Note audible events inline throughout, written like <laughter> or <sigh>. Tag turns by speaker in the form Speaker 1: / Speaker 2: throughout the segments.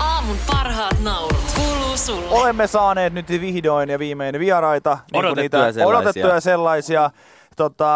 Speaker 1: Aamun parhaat naurut kuuluu sulle.
Speaker 2: Olemme saaneet nyt vihdoin ja viimein vieraita. niin kuin
Speaker 3: Odotettuja sellaisia.
Speaker 2: Odotettuja sellaisia. Tota,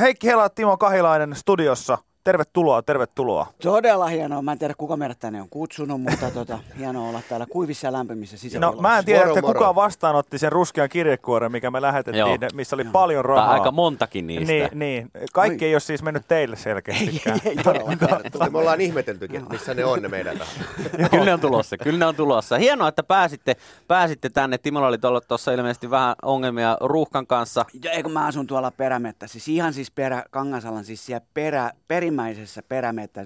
Speaker 2: Heikki Hela, Timo Kahilainen studiossa. Tervetuloa, tervetuloa.
Speaker 4: Todella hienoa. Mä en tiedä, kuka meidät tänne on kutsunut, mutta tota, hienoa olla täällä kuivissa ja lämpimissä
Speaker 2: No,
Speaker 4: sisällöllä.
Speaker 2: mä en tiedä,
Speaker 5: Moro,
Speaker 2: että
Speaker 5: moro.
Speaker 2: kuka vastaanotti sen ruskean kirjekuoren, mikä me
Speaker 3: Joo.
Speaker 2: lähetettiin, ne- missä oli paljon
Speaker 3: Tai
Speaker 2: rahaa.
Speaker 3: aika montakin niistä.
Speaker 2: niin, niin. Kaikki ei ole siis mennyt teille selkeästikään.
Speaker 4: Ei todellakaan.
Speaker 5: Mutta Niin me ollaan ihmeteltykin, että missä ne on ne meidän rahat.
Speaker 3: kyllä ne on tulossa, kyllä ne on tulossa. Hienoa, että pääsitte, pääsitte tänne. Timolla oli tuossa ilmeisesti vähän ongelmia ruuhkan kanssa.
Speaker 4: Ja Eikö mä asun tuolla perämettä, siis ihan siis perä, Kangasalan, siis siellä perä, perimmäisessä perämettä,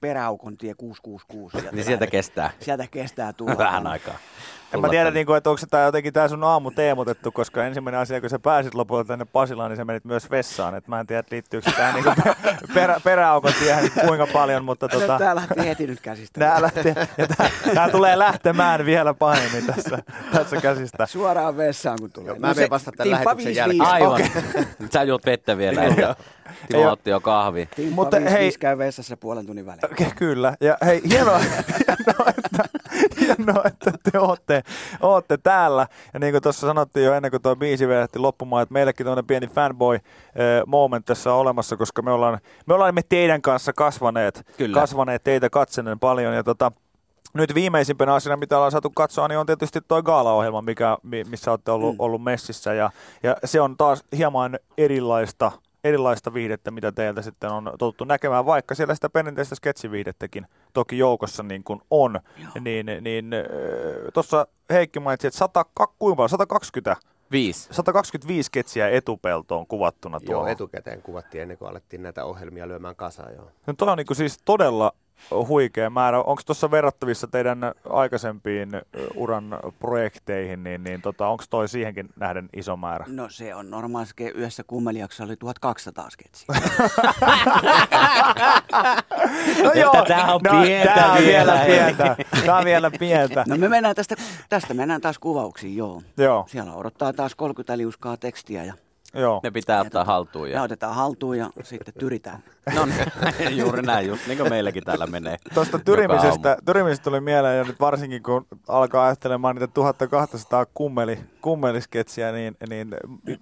Speaker 4: peräaukon tie 666.
Speaker 3: Niin sieltä kestää
Speaker 4: Sieltä kestää tulla.
Speaker 3: vähän aikaa.
Speaker 2: En
Speaker 3: tulla
Speaker 2: mä tiedä,
Speaker 3: tänne.
Speaker 2: niin kuin, että onko se tää jotenkin tämä sun aamu teemotettu, koska ensimmäinen asia, kun sä pääsit lopulta tänne Pasilaan, niin sä menit myös vessaan. Et mä en tiedä, että liittyykö se tähän <laughs> niin perä, peräaukon tiehen kuinka paljon, mutta tota,
Speaker 4: Tää lähti heti nyt käsistä.
Speaker 2: nää lähtee, ja tää, tää, tulee lähtemään vielä pahemmin tässä, tässä käsistä.
Speaker 4: Suoraan vessaan, kun tulee. No
Speaker 5: Joo, mä menen vasta tämän
Speaker 4: Timppa
Speaker 5: lähetyksen
Speaker 4: 55.
Speaker 5: jälkeen.
Speaker 3: Aivan. Nyt Sä juot vettä vielä. että
Speaker 2: Ei
Speaker 3: Timo
Speaker 2: oo-
Speaker 3: otti jo kahvi.
Speaker 4: Timppa
Speaker 2: Mutta
Speaker 4: Mutta
Speaker 2: hei-
Speaker 4: hei. käy vessassa puolen tunnin välein.
Speaker 2: Ke- Kyllä. Ja hei, hienoa, <laughs> hienoa, että, hienoa että te ootte, ootte täällä. Ja niin kuin tuossa sanottiin jo ennen kuin tuo biisi vedähti loppumaan, että meillekin tuonne pieni fanboy eh, moment tässä on olemassa, koska me ollaan me, ollaan me teidän kanssa kasvaneet,
Speaker 3: Kyllä.
Speaker 2: kasvaneet teitä katsenen paljon. Ja tota, nyt viimeisimpänä asiana, mitä ollaan saatu katsoa, niin on tietysti tuo gaalaohjelma, mikä, mi- missä olette ollut, ollut messissä. Ja, ja se on taas hieman erilaista, erilaista viihdettä, mitä teiltä sitten on totuttu näkemään, vaikka siellä sitä perinteistä sketsiviihdettäkin toki joukossa niin kuin on. Niin, niin äh, tuossa Heikki mainitsi, että 100, kuinka paljon? 120,
Speaker 3: Viisi.
Speaker 2: 125 sketsiä etupeltoon kuvattuna
Speaker 5: Joo,
Speaker 2: tuohon.
Speaker 5: etukäteen kuvattiin ennen kuin alettiin näitä ohjelmia lyömään kasaan. Joo.
Speaker 2: No toi on niin siis todella huikea määrä. Onko tuossa verrattavissa teidän aikaisempiin ö, uran projekteihin, niin, niin tota, onko toi siihenkin nähden iso määrä?
Speaker 4: No se on normaalisti, ke- yhdessä kummelijaksossa oli 1200 sketsiä.
Speaker 2: No
Speaker 3: joo, tää on pientä
Speaker 2: tää on
Speaker 3: vielä,
Speaker 2: vielä
Speaker 3: ei.
Speaker 2: pientä. Tää on vielä pientä.
Speaker 4: No me mennään tästä, tästä mennään taas kuvauksiin, joo.
Speaker 2: Joo,
Speaker 4: Siellä odottaa taas 30 liuskaa tekstiä ja
Speaker 2: joo.
Speaker 3: Ne pitää ottaa haltuun.
Speaker 4: me
Speaker 2: No.
Speaker 3: Ja...
Speaker 4: otetaan haltuun ja sitten tyritään.
Speaker 3: No niin, <laughs> juuri näin, just niin kuin meilläkin täällä menee.
Speaker 2: Tuosta
Speaker 3: joka
Speaker 2: tyrimisestä, tyrimisestä tuli mieleen, ja nyt varsinkin kun alkaa ajattelemaan niitä 1200 kummeli, kummelisketsiä, niin, niin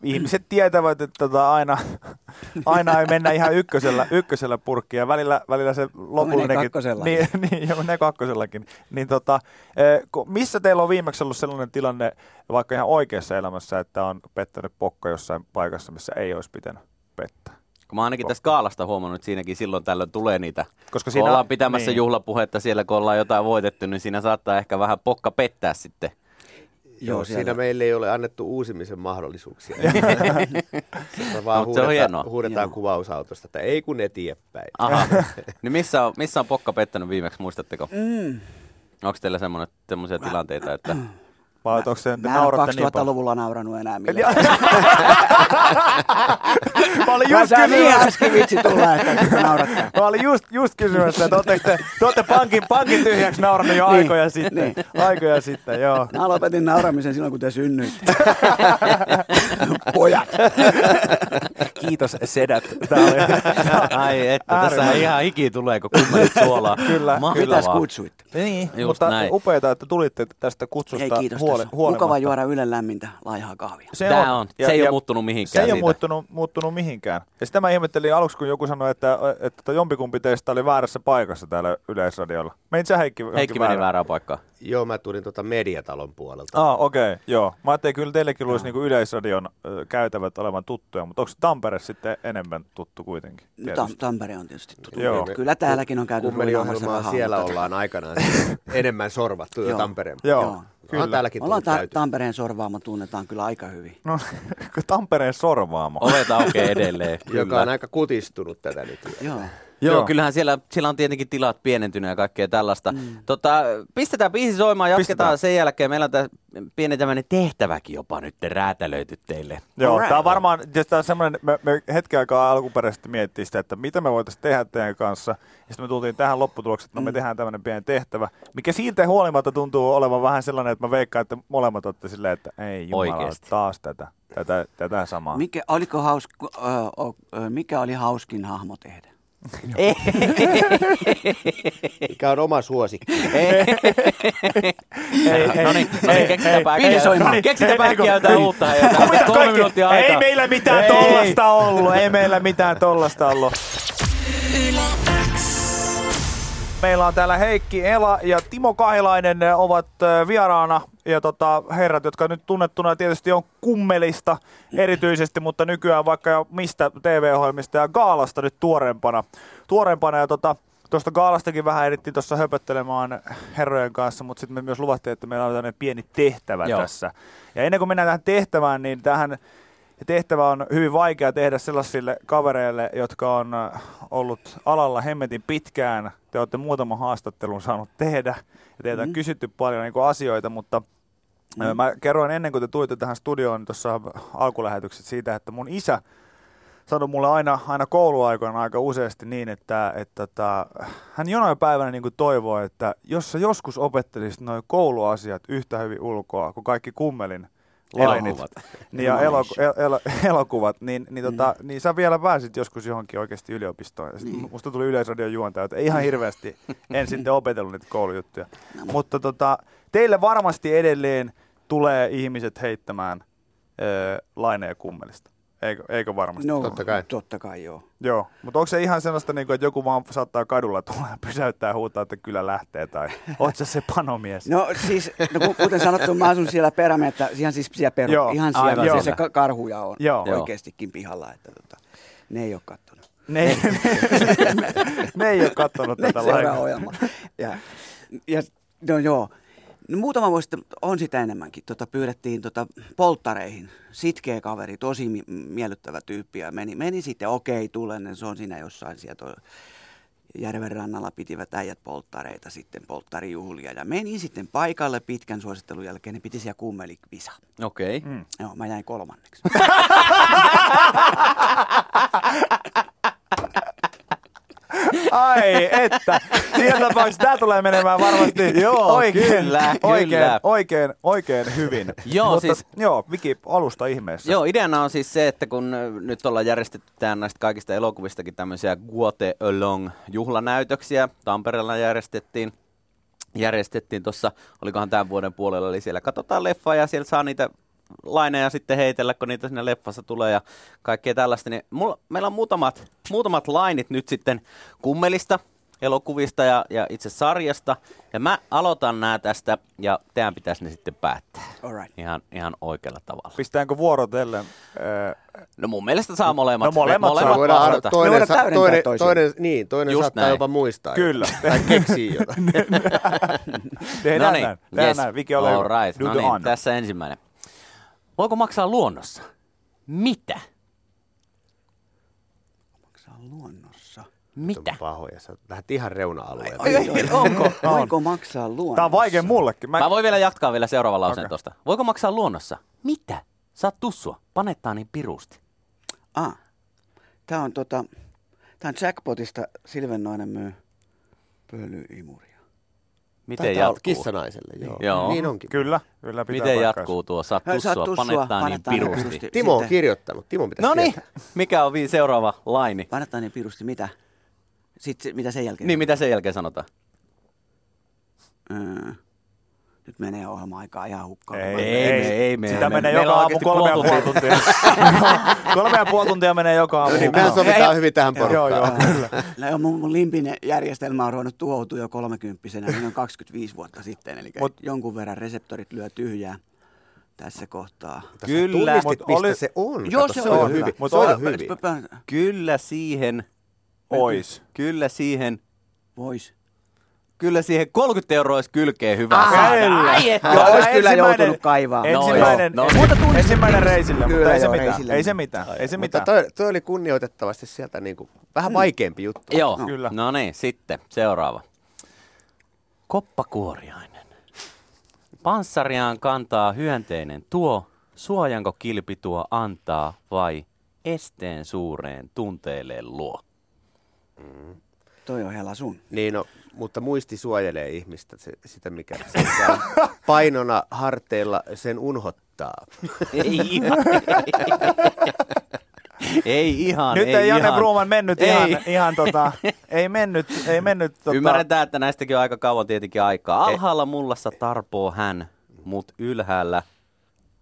Speaker 2: ihmiset tietävät, että tota aina,
Speaker 4: <laughs>
Speaker 2: aina ei mennä ihan ykkösellä, ykkösellä purkkiin. Ja välillä, välillä se lopullinenkin...
Speaker 4: kakkosellakin.
Speaker 2: Niin, <laughs> niin, joo, menee kakkosellakin. Niin tota, eh, ku- missä teillä on viimeksi ollut sellainen tilanne, vaikka ihan oikeassa elämässä, että on pettänyt pokka jossain paikassa, missä ei olisi pitänyt pettää?
Speaker 3: Kun mä ainakin tästä kaalasta huomannut, että siinäkin silloin tällöin tulee niitä.
Speaker 2: Koska
Speaker 3: Koska
Speaker 2: siinä-
Speaker 3: kun ollaan pitämässä
Speaker 2: niin.
Speaker 3: niin. juhlapuhetta siellä, kun ollaan jotain voitettu, niin siinä saattaa ehkä vähän pokka pettää sitten.
Speaker 5: Joo,
Speaker 4: siellä.
Speaker 5: siinä meille ei ole annettu uusimisen mahdollisuuksia. Sitä
Speaker 3: No,
Speaker 5: vaan
Speaker 3: mutta se on hienoa.
Speaker 5: huudetaan, huudetaan
Speaker 4: Joo.
Speaker 5: kuvausautosta, että ei kun eteenpäin.
Speaker 3: Aha. niin missä on, missä on pokka pettänyt viimeksi, muistatteko?
Speaker 4: Mm.
Speaker 3: Onko teillä semmoisia tilanteita, että...
Speaker 2: Vai onko se, te
Speaker 4: Mä en
Speaker 2: nauratte niin paljon?
Speaker 4: 2000-luvulla nauranut enää
Speaker 2: Ja-
Speaker 4: millään.
Speaker 2: Mä olin
Speaker 4: Mä
Speaker 2: just
Speaker 4: saan niin
Speaker 2: kysymässä,
Speaker 4: äsken vitsi tulla, että naurattaa.
Speaker 2: Mä olin just, just kysymässä, että ootteko te, te olette pankin, pankin tyhjäksi naurannut jo
Speaker 4: Niin,
Speaker 2: aikoja sitten. Aikoja sitten, joo.
Speaker 4: Mä lopetin nauramisen silloin, kun te synnyitte. Pojat.
Speaker 2: Kiitos sedät. Tää oli,
Speaker 3: Ai että, tässä
Speaker 2: Äärimmäinen.
Speaker 3: ihan hiki tulee, kun kummelit suolaa.
Speaker 2: Kyllä,
Speaker 3: Mahtavaa.
Speaker 4: Mitäs kutsuitte?
Speaker 2: niin,
Speaker 3: Just
Speaker 2: mutta
Speaker 3: näin.
Speaker 2: upeeta, että tulitte tästä kutsusta
Speaker 4: Ei kiitos
Speaker 2: huoli,
Speaker 4: tässä.
Speaker 2: huolimatta.
Speaker 4: Mukava juoda ylen lämmintä laihaa kahvia.
Speaker 2: Se
Speaker 3: Tää on. Se ei oo muuttunut mihinkään
Speaker 2: Se ei ole
Speaker 3: siitä.
Speaker 2: muuttunut, muuttunut mihinkään. Ja sitä mä ihmettelin aluksi, kun joku sanoi, että, että jompikumpi teistä oli väärässä paikassa täällä Yleisradiolla. Menit sä Heikki?
Speaker 3: Heikki meni väärään paikkaan.
Speaker 5: Joo, mä tulin tuota mediatalon puolelta.
Speaker 2: Ah, okei, okay, joo. Mä ajattelin, kyllä teillekin luulisi niinku yleisradion ö, käytävät olevan tuttuja, mutta onko Tampere sitten enemmän tuttu kuitenkin?
Speaker 4: No,
Speaker 2: Tietysti.
Speaker 4: Tam- Tampere on tietysti tuttu.
Speaker 2: Joo.
Speaker 4: Mut Kyllä täälläkin on käyty ruinaamassa
Speaker 5: Kummeliohjelmaa
Speaker 4: rahaa.
Speaker 5: siellä
Speaker 4: mutta-
Speaker 5: ollaan aikanaan enemmän sorvattu jo
Speaker 4: Joo.
Speaker 5: Tampereen.
Speaker 2: Joo,
Speaker 4: Joo.
Speaker 2: kyllä.
Speaker 5: On täälläkin
Speaker 4: Me ollaan
Speaker 5: tullut
Speaker 4: ta-
Speaker 5: käyty.
Speaker 4: Tampereen sorvaama tunnetaan kyllä aika hyvin.
Speaker 2: No, <laughs> kun Tampereen sorvaamo.
Speaker 3: Ovet aukeaa
Speaker 2: <laughs>
Speaker 3: edelleen.
Speaker 5: Joka on aika kutistunut tätä nyt.
Speaker 4: Joo.
Speaker 3: Joo,
Speaker 2: Joo.
Speaker 3: Joo, kyllähän siellä, siellä on tietenkin tilat pienentynyt ja kaikkea tällaista. Mm. Tota, pistetään biisi soimaan, jatketaan
Speaker 2: Pistetään.
Speaker 3: pistetään. sen jälkeen. Meillä on tässä pieni tämmöinen tehtäväkin jopa nyt räätälöity teille.
Speaker 2: Joo,
Speaker 4: Alright.
Speaker 2: tämä on varmaan, ja tää on semmoinen, me, me hetken aikaa alkuperäisesti miettii sitä, että mitä me voitaisiin tehdä teidän kanssa. Ja sitten me tultiin tähän lopputulokseen,
Speaker 3: Mm.
Speaker 2: että no me tehdään tämmöinen pieni tehtävä, mikä siitä huolimatta tuntuu olevan vähän sellainen, että mä veikkaan, että molemmat olette silleen, että ei jumala,
Speaker 3: Oikeesti.
Speaker 2: taas tätä, tätä, tätä samaa.
Speaker 4: Mikä, oliko hausk, ö, ö, ö, mikä oli hauskin hahmo tehdä?
Speaker 5: Mikä on oma suosikki?
Speaker 3: No niin, no niin, keksitäpä
Speaker 4: ei,
Speaker 3: äkkiä-
Speaker 4: ei,
Speaker 3: keksitäpä
Speaker 2: ei,
Speaker 3: äkkiä
Speaker 2: ei,
Speaker 3: jotain
Speaker 2: ei.
Speaker 3: uutta. hei, jotain.
Speaker 2: Mitä
Speaker 3: Kolme
Speaker 2: kaikki?
Speaker 3: minuuttia aikaa.
Speaker 2: Ei meillä mitään
Speaker 3: Ei.
Speaker 2: tollasta ollut, ei meillä mitään tollasta ollut. Meillä on täällä Heikki Ela ja Timo Kahilainen ne ovat ö, vieraana. Ja tota, herrat, jotka nyt tunnettuna tietysti on kummelista erityisesti, mutta nykyään vaikka jo mistä TV-ohjelmista ja Gaalasta nyt tuorempana. Tuorempana ja tota, tuosta Gaalastakin vähän erittiin tuossa höpöttelemään herrojen kanssa, mutta sitten me myös luvattiin, että meillä on tämmöinen pieni tehtävä
Speaker 3: Joo.
Speaker 2: tässä. Ja ennen kuin mennään tähän tehtävään, niin tähän ja tehtävä on hyvin vaikea tehdä sellaisille kavereille, jotka on äh, ollut alalla hemmetin pitkään. Te olette muutaman haastattelun saanut tehdä ja teitä on kysytty paljon niin kuin asioita, mutta mm. mä kerroin ennen kuin te tulitte tähän studioon tuossa alkulähetykset siitä, että mun isä sanoi mulle aina, aina kouluaikoina aika useasti niin, että, että, että hän jonain päivänä niin toivoo, että jos sä joskus opettelisit noin kouluasiat yhtä hyvin ulkoa kuin kaikki kummelin lainit,
Speaker 3: Elokuvat.
Speaker 2: niin ja
Speaker 4: Nice.
Speaker 2: eloku- el- el- <laughs> elokuvat, niin, niin,
Speaker 4: Mm.
Speaker 2: tota, niin sä vielä pääsit joskus johonkin oikeasti yliopistoon. Ja sit
Speaker 4: Niin.
Speaker 2: Musta tuli yleisradion juontaja, että ihan
Speaker 4: <laughs>
Speaker 2: hirveästi en sitten opetellut niitä koulujuttuja.
Speaker 4: No.
Speaker 2: Mutta tota, teille varmasti edelleen tulee ihmiset heittämään ö, laineja kummelista. Eikö, eikö varmasti?
Speaker 4: No,
Speaker 5: Totta kai.
Speaker 4: Totta kai, joo.
Speaker 2: Joo, mutta onko se ihan sellaista, niin kuin, että joku vaan saattaa kadulla <laughs> tulla ja pysäyttää ja huutaa, että kyllä lähtee,
Speaker 4: <laughs>
Speaker 2: tai oot sä se panomies?
Speaker 4: No siis, no, ku- kuten sanottu, mä asun siellä perämettä, ihan siis siellä peru,
Speaker 2: Joo,
Speaker 4: joo, ihan siellä,
Speaker 3: aivan
Speaker 4: missä
Speaker 2: siellä.
Speaker 4: se ka- karhuja on
Speaker 2: Joo.
Speaker 4: joo. oikeastikin pihalla, että tota, ne ei ole kattonut.
Speaker 2: Ne, ei- <laughs> ne, ne ei ole katsonut
Speaker 4: Ne
Speaker 2: tätä
Speaker 4: seuraa
Speaker 2: lainaa.
Speaker 4: ohjelmaa. <laughs> Ja, ja, no joo, no, muutama vuosi sitten, on sitä enemmänkin, tota, pyydettiin tota, polttareihin, sitkeä kaveri, tosi mi- miellyttävä tyyppi, ja meni, meni sitten, okei, tulen, se on siinä jossain sieltä järven rannalla pitivät äijät polttareita sitten, polttarijuhlia. Ja menin sitten paikalle pitkän suosittelun jälkeen, ne piti siellä kummelikvisa.
Speaker 3: Okei.
Speaker 2: Mm.
Speaker 4: Joo, mä jäin
Speaker 2: <laughs>
Speaker 4: kolmanneksi.
Speaker 2: Ai että, siinä tapauksessa tämä tulee menemään varmasti
Speaker 3: Joo,
Speaker 2: oikein,
Speaker 3: kyllä,
Speaker 2: oikein,
Speaker 3: kyllä.
Speaker 2: oikein, oikein hyvin.
Speaker 3: Joo,
Speaker 2: Mutta,
Speaker 3: siis-
Speaker 2: Joo, Viki, alusta ihmeessä.
Speaker 3: Joo, ideana on siis se, että kun ö, nyt ollaan järjestetty tämän näistä kaikista elokuvistakin tämmöisiä Guate Along juhlanäytöksiä. Tampereella järjestettiin järjestettiin tuossa, olikohan tämän vuoden puolella, eli siellä katsotaan leffaa ja siellä saa niitä laineja sitten heitellä, kun niitä sinne leffassa tulee ja kaikkea tällaista. Niin mulla, meillä on muutamat, muutamat lainit nyt sitten kummelista, elokuvista ja, ja itse sarjasta. Ja mä aloitan nämä tästä ja teidän pitäisi ne sitten päättää.
Speaker 4: Alright.
Speaker 3: Ihan, ihan oikealla tavalla.
Speaker 2: Pistäänkö vuorotellen? Äh,
Speaker 3: No mun mielestä saa molemmat.
Speaker 2: No molemmat saa.
Speaker 5: Me voidaan
Speaker 3: vastata.
Speaker 5: aina- toinen,
Speaker 4: voidaan
Speaker 5: sa-
Speaker 4: täydentää
Speaker 5: toinen,
Speaker 4: toisiaan.
Speaker 5: toinen, niin, toinen
Speaker 3: Just
Speaker 5: saattaa
Speaker 3: näin.
Speaker 5: jopa muistaa.
Speaker 2: Kyllä.
Speaker 5: jotain. Tai keksii jotain.
Speaker 2: tehdään
Speaker 3: No niin,
Speaker 2: näin, tehdään
Speaker 3: yes.
Speaker 2: näin. Viki, ole
Speaker 3: All
Speaker 2: hyvä.
Speaker 3: right.
Speaker 2: Do
Speaker 3: No
Speaker 2: the
Speaker 3: niin,
Speaker 2: honor.
Speaker 3: tässä ensimmäinen. Voiko maksaa luonnossa? Mitä?
Speaker 4: Maksaa luonnossa.
Speaker 3: Mitä?
Speaker 5: Pahoja, sä lähdet ihan reuna-alueelle.
Speaker 4: Ai, ai, ai, onko?
Speaker 2: On.
Speaker 4: Voiko maksaa luonnossa?
Speaker 2: Tämä on vaikea mullekin. Mä,
Speaker 3: Mä voin vielä jatkaa vielä seuraavan lauseen
Speaker 2: Okei.
Speaker 3: tosta. Voiko maksaa luonnossa? Mitä? Saat tussua. Panettaa niin pirusti.
Speaker 4: Ah. Tämä on, tota, tää on jackpotista Silvennoinen myy pölyimuria.
Speaker 3: Miten
Speaker 5: Taitaa olla
Speaker 3: jatkuu?
Speaker 5: Kissanaiselle, joo.
Speaker 3: Joo.
Speaker 5: Niin onkin.
Speaker 2: kyllä, kyllä pitää
Speaker 3: Miten
Speaker 2: paikkaansa.
Speaker 3: jatkuu tuo? Saat
Speaker 4: Saat
Speaker 3: tussua,
Speaker 4: tussua,
Speaker 3: panettaa,
Speaker 4: panettaa
Speaker 3: niin
Speaker 4: niin
Speaker 3: pirusti.
Speaker 4: pirusti.
Speaker 5: Timo on
Speaker 4: Sitten-
Speaker 5: kirjoittanut. Timo pitäisi
Speaker 3: No niin,
Speaker 5: tietää.
Speaker 3: mikä on vi- seuraava laini?
Speaker 4: Pannettaan niin pirusti, mitä? Sitten se- mitä sen jälkeen?
Speaker 3: Niin, mitä sen jälkeen sanotaan?
Speaker 4: Öö, nyt menee ohjelma-aikaa ihan hukkaan.
Speaker 2: Ei,
Speaker 4: Mä-
Speaker 2: ei,
Speaker 3: Ei,
Speaker 2: ei,
Speaker 3: me- ei me-
Speaker 2: Sitä
Speaker 3: me-
Speaker 2: menee
Speaker 3: meillä
Speaker 2: joka
Speaker 3: on
Speaker 2: aamu
Speaker 3: oikeasti
Speaker 2: kolme ja
Speaker 3: puoli
Speaker 2: puoli tuntia.
Speaker 3: <laughs>
Speaker 2: kolme ja puoli tuntia menee joka aamu.
Speaker 5: Niin, mehän sovitaan hyvin tähän
Speaker 2: Joo,
Speaker 5: porukkaan.
Speaker 2: joo, kyllä.
Speaker 4: No joo, mun, mun limpinen järjestelmä on ruvennut tuhoutua jo kolmekymppisenä, niin on 25 vuotta sitten, eli
Speaker 2: Mut-
Speaker 4: Mut. jonkun verran reseptorit lyö tyhjää tässä kohtaa.
Speaker 3: Kyllä,
Speaker 5: Tunnistit,
Speaker 2: mut
Speaker 5: mistä
Speaker 2: oli-
Speaker 5: se on.
Speaker 4: Joo,
Speaker 5: Kato,
Speaker 4: se
Speaker 5: on
Speaker 4: on hyvä.
Speaker 5: hyvin.
Speaker 2: Mut
Speaker 5: Se on
Speaker 2: on-
Speaker 5: hyvin.
Speaker 3: Kyllä siihen,
Speaker 2: Ois.
Speaker 3: kyllä siihen,
Speaker 4: Vois.
Speaker 3: kyllä siihen 30 euroa olisi kylkeen hyvä saada.
Speaker 2: Kyllä.
Speaker 3: Ai että.
Speaker 4: Joo,
Speaker 2: Joo,
Speaker 4: olisi kyllä
Speaker 2: ensimmäinen-
Speaker 4: joutunut kaivaa.
Speaker 3: No
Speaker 2: Ensimmäinen,
Speaker 3: joo, no
Speaker 2: ensimmäinen- ensimmäinen reisille,
Speaker 4: Kyllä
Speaker 2: mutta ei se
Speaker 4: joo,
Speaker 2: mitään.
Speaker 4: reisille.
Speaker 2: Ei se mitään. Ei se
Speaker 5: Mutta
Speaker 2: mitään.
Speaker 5: toi, toi oli kunnioitettavasti sieltä niinku, vähän vaikeampi juttu.
Speaker 3: Joo,
Speaker 2: No. Kyllä.
Speaker 3: No niin, sitten seuraava. Koppakuoriainen. Panssariaan kantaa hyönteinen tuo, suojanko kilpi tuo antaa vai esteen suureen tunteelle luo?
Speaker 4: Toi on hela sun.
Speaker 5: Niin no, mutta muisti suojelee ihmistä se, sitä, mikä se on painona
Speaker 3: <laughs>
Speaker 5: harteilla sen unhottaa.
Speaker 3: Ei ihan. Ei ihan,
Speaker 2: Nyt ei,
Speaker 3: ei
Speaker 2: Janne
Speaker 3: ihan.
Speaker 2: Bruuman mennyt
Speaker 3: Ei.
Speaker 2: ihan, ihan tota, ei mennyt, ei mennyt tota,
Speaker 3: Ymmärretään, että näistäkin on aika kauan tietenkin aikaa. Alhaalla mullassa tarpoo hän, mut ylhäällä,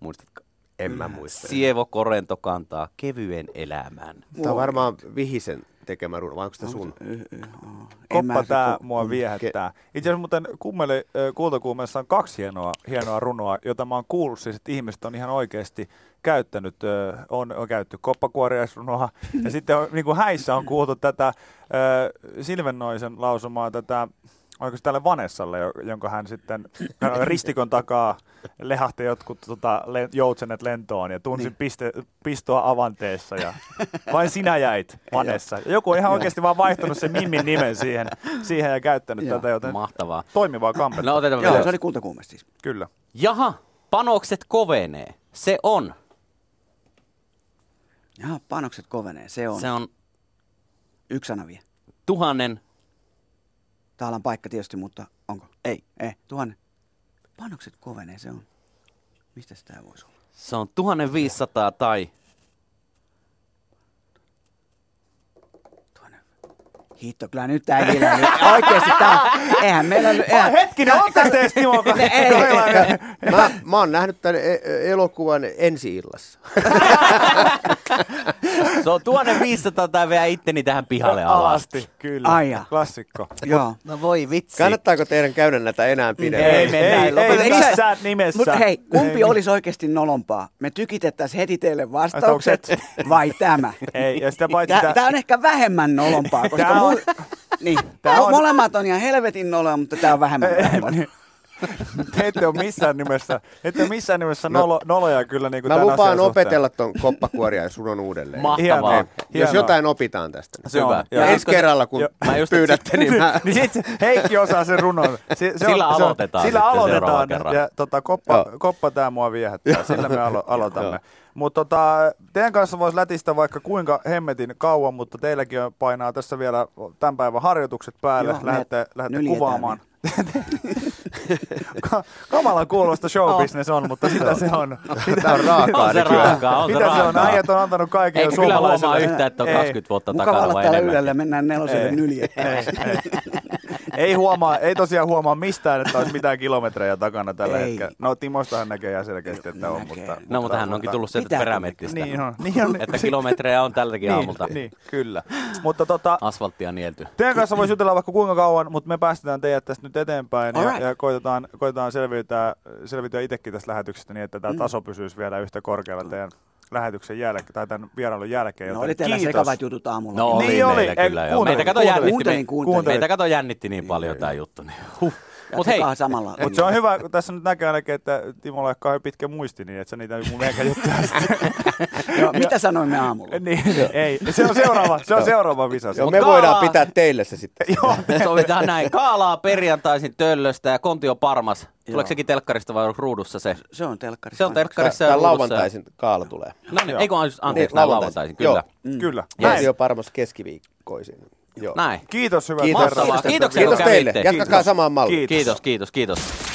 Speaker 3: muistatko,
Speaker 5: En mä muista.
Speaker 3: Sievo Korento kantaa kevyen elämän.
Speaker 5: Tämä on varmaan Vihisen tekemä runo, vai onko tämä sun?
Speaker 2: koppa tää mua viehättää. Itse asiassa muuten kummeli ö, kultakuumeessa on kaksi hienoa, hienoa runoa, jota mä oon kuullut siis, että ihmiset on ihan oikeasti käyttänyt, ö, on, on käytetty koppakuoriaisrunoa. Ja sitten on, niin kuin häissä on kuultu tätä ö, Silvennoisen lausumaa, tätä oliko se tälle Vanessalle, jo- jonka hän sitten hän oli ristikon takaa lehahti jotkut tota, le, joutsenet lentoon ja tunsin niin. piste, pistoa avanteessa ja vain sinä jäit Vanessa. Ja joku on ihan oikeasti vaan vaihtanut sen Mimmin nimen siihen, siihen ja käyttänyt
Speaker 4: Joo.
Speaker 2: tätä, joten
Speaker 3: Mahtavaa.
Speaker 2: toimivaa kampetta.
Speaker 3: No otetaan
Speaker 4: Joo,
Speaker 3: vielä.
Speaker 4: se oli kultakuumesta siis.
Speaker 2: Kyllä.
Speaker 3: Jaha, panokset kovenee. Se on.
Speaker 4: Jaha, panokset kovenee, se on.
Speaker 3: Se on
Speaker 4: Yksi sana vielä.
Speaker 3: tuhannen.
Speaker 4: Täällä on paikka tietysti, mutta onko?
Speaker 3: Ei.
Speaker 4: Ei, tuhannen. Panokset kovenee, se on. Mistä sitä voisi olla?
Speaker 3: Se on 1500 tai
Speaker 4: Tuhannen. Hitto, kyllä nyt tää
Speaker 2: <laughs>
Speaker 4: Ville, nyt oikeesti tää, eihän meillä nyt, eihän,
Speaker 2: Hetkinen, on tästä edes Timo. <laughs>
Speaker 5: Mä, mä oon nähnyt tämän e- e- elokuvan ensi illassa.
Speaker 3: se on 1500 tai vielä itteni tähän pihalle alas.
Speaker 2: Alasti, kyllä.
Speaker 4: Ai jaa.
Speaker 2: Klassikko.
Speaker 4: joo.
Speaker 3: No voi vitsi.
Speaker 5: Kannattaako teidän käydä näitä enää pidemmän?
Speaker 3: Ei
Speaker 2: ei,
Speaker 3: mennä,
Speaker 2: ei,
Speaker 3: lopeta.
Speaker 2: ei missään nimessä.
Speaker 4: Mutta hei, kumpi
Speaker 2: Ei.
Speaker 4: olisi oikeasti nolompaa? Me tykitettäisiin heti teille vastaukset vai tämä?
Speaker 2: <laughs> Ei, ja
Speaker 4: <laughs>
Speaker 2: sitä paitsi tää-
Speaker 4: Tämä on ehkä vähemmän nolompaa, koska
Speaker 2: Tää on-
Speaker 4: on, niin,
Speaker 2: Tää on- niin.
Speaker 4: on, molemmat on ihan helvetin noloja, mutta tämä on vähemmän nolompaa.
Speaker 2: Te <laughs> ette ole missään nimessä, ette ole missään nimessä nolo, noloja kyllä niin kuin
Speaker 5: Mä
Speaker 2: tämän asian
Speaker 5: lupaan
Speaker 2: suhteen.
Speaker 5: opetella ton koppakuoria ja sunon uudelleen.
Speaker 3: Mahtavaa.
Speaker 2: Hienoa.
Speaker 5: Jos
Speaker 2: Hienoa.
Speaker 5: jotain opitaan tästä. niin-
Speaker 2: Se on.
Speaker 3: Hyvä.
Speaker 2: Ja
Speaker 5: Ja
Speaker 3: Joo.
Speaker 5: ensi kerralla, kun
Speaker 2: Joo.
Speaker 3: Mä just- <laughs>
Speaker 5: pyydätte, niin mä...
Speaker 2: niin sit Heikki osaa sen runon. Se, se
Speaker 3: Sillä
Speaker 2: on, se
Speaker 3: aloitetaan
Speaker 2: On, sillä
Speaker 3: sitten seuraavan
Speaker 2: aloitetaan.
Speaker 3: kerran.
Speaker 2: Ja tota, koppa,
Speaker 5: Joo.
Speaker 2: koppa tämä mua viehättää. Sillä me alo- aloitamme. Mutta tota, teidän kanssa voisi lätistä vaikka kuinka hemmetin kauan, mutta teilläkin on- painaa tässä vielä tämän päivän harjoitukset päälle.
Speaker 4: Joo, me
Speaker 2: lähette lähette
Speaker 4: nyljetään
Speaker 2: kuvaamaan. <laughs> Ka- Kamalan kuulosta showbusiness on, mutta sitä se on.
Speaker 5: Tää on raakaa.
Speaker 3: On se
Speaker 5: niin kyllä.
Speaker 3: raakaa, on se
Speaker 2: Mitä se on?
Speaker 3: raakaa.
Speaker 2: Äijät on antanut kaikille
Speaker 3: Eikä kyllä huomaa
Speaker 2: suomalaisille.
Speaker 3: yhtään, että on
Speaker 2: Ei.
Speaker 3: 20 vuotta
Speaker 4: Mukava
Speaker 3: takana
Speaker 4: olla
Speaker 3: vai
Speaker 4: täällä
Speaker 3: enemmän.
Speaker 4: ylellä, mennään neloselle
Speaker 2: Ei.
Speaker 4: nylje.
Speaker 2: ei, huomaa, ei tosiaan huomaa mistään, että olisi mitään kilometrejä takana tällä
Speaker 4: Ei.
Speaker 2: hetkellä. No Timostahan näköjään selkeästi, että on,
Speaker 4: Näkee.
Speaker 2: mutta... tota-
Speaker 3: No mutta hän onkin tullut sieltä
Speaker 4: Mitä?
Speaker 3: perämettistä.
Speaker 2: Niin on, niin on.
Speaker 3: Että kilometrejä on tältäkin
Speaker 2: niin,
Speaker 3: aamulta.
Speaker 2: niin, kyllä. Mutta tota,
Speaker 3: Asfalttia nielty.
Speaker 2: teidän kanssa voisi jutella vaikka kuinka kauan, mutta me päästetään teidät tästä nyt eteenpäin ja,
Speaker 4: Alright.
Speaker 2: ja koitetaan, koitetaan selviytyä, selviytyä itsekin tästä lähetyksestä niin, että tämä
Speaker 4: Mm.
Speaker 2: taso pysyisi vielä yhtä korkealla teidän lähetyksen jälkeen tai tämän vierailun jälkeen.
Speaker 4: No
Speaker 2: joten
Speaker 4: oli teillä
Speaker 2: kiitos.
Speaker 4: sekavat jutut aamulla.
Speaker 3: No oli
Speaker 2: Niin oli.
Speaker 3: meillä
Speaker 2: Ei,
Speaker 3: kyllä joo.
Speaker 2: kuuntelin,
Speaker 3: Meitä kato
Speaker 2: kuuntelin.
Speaker 3: jännitti,
Speaker 4: Kuuntelin,
Speaker 3: me-
Speaker 4: kuuntelin.
Speaker 3: meitä kato jännitti niin paljon tämä juttu. Niin. Huh. Mut hei,
Speaker 4: Jatkakaa samalla.
Speaker 2: Mutta se on hyvä, kun tässä nyt näkee ainakin, että Timolla on kauhean pitkä muisti, niin että sä niitä mun eikä juttuja sitten-
Speaker 5: <laughs>
Speaker 4: Joo, No, mitä sanoimme aamulla?
Speaker 2: Niin, ei. Se on seuraava, se on seuraava visa.
Speaker 5: Joo,
Speaker 2: Joo,
Speaker 5: me
Speaker 3: Mut
Speaker 5: voidaan
Speaker 3: kaalaa.
Speaker 5: pitää teille se sitten.
Speaker 3: me sovitaan näin. Kaalaa perjantaisin töllöstä ja Kontio Parmas. Tuleeko sekin telkkarista vai onko ruudussa se?
Speaker 4: Se on telkkarissa.
Speaker 3: Se on telkkarissa ja
Speaker 5: Tää
Speaker 3: ruudussa.
Speaker 5: lauantaisin kaala tulee.
Speaker 3: No niin, eikö anteeksi,
Speaker 5: Niin,
Speaker 3: anteeksi näin lauantaisin, kyllä.
Speaker 5: Joo.
Speaker 2: Kyllä.
Speaker 3: Yes.
Speaker 2: Näin.
Speaker 5: Radio Parmas keskiviikkoisin. Joo.
Speaker 3: Näin.
Speaker 2: Kiitos, hyvät
Speaker 5: Kiitos.
Speaker 2: herrat.
Speaker 3: Mahtavaa. Kiitoksia,
Speaker 5: Kiitos
Speaker 3: kun
Speaker 5: teille.
Speaker 3: kävitte.
Speaker 5: Jatkakaa samaan malliin.
Speaker 2: Kiitos.
Speaker 3: Kiitos, kiitos, kiitos.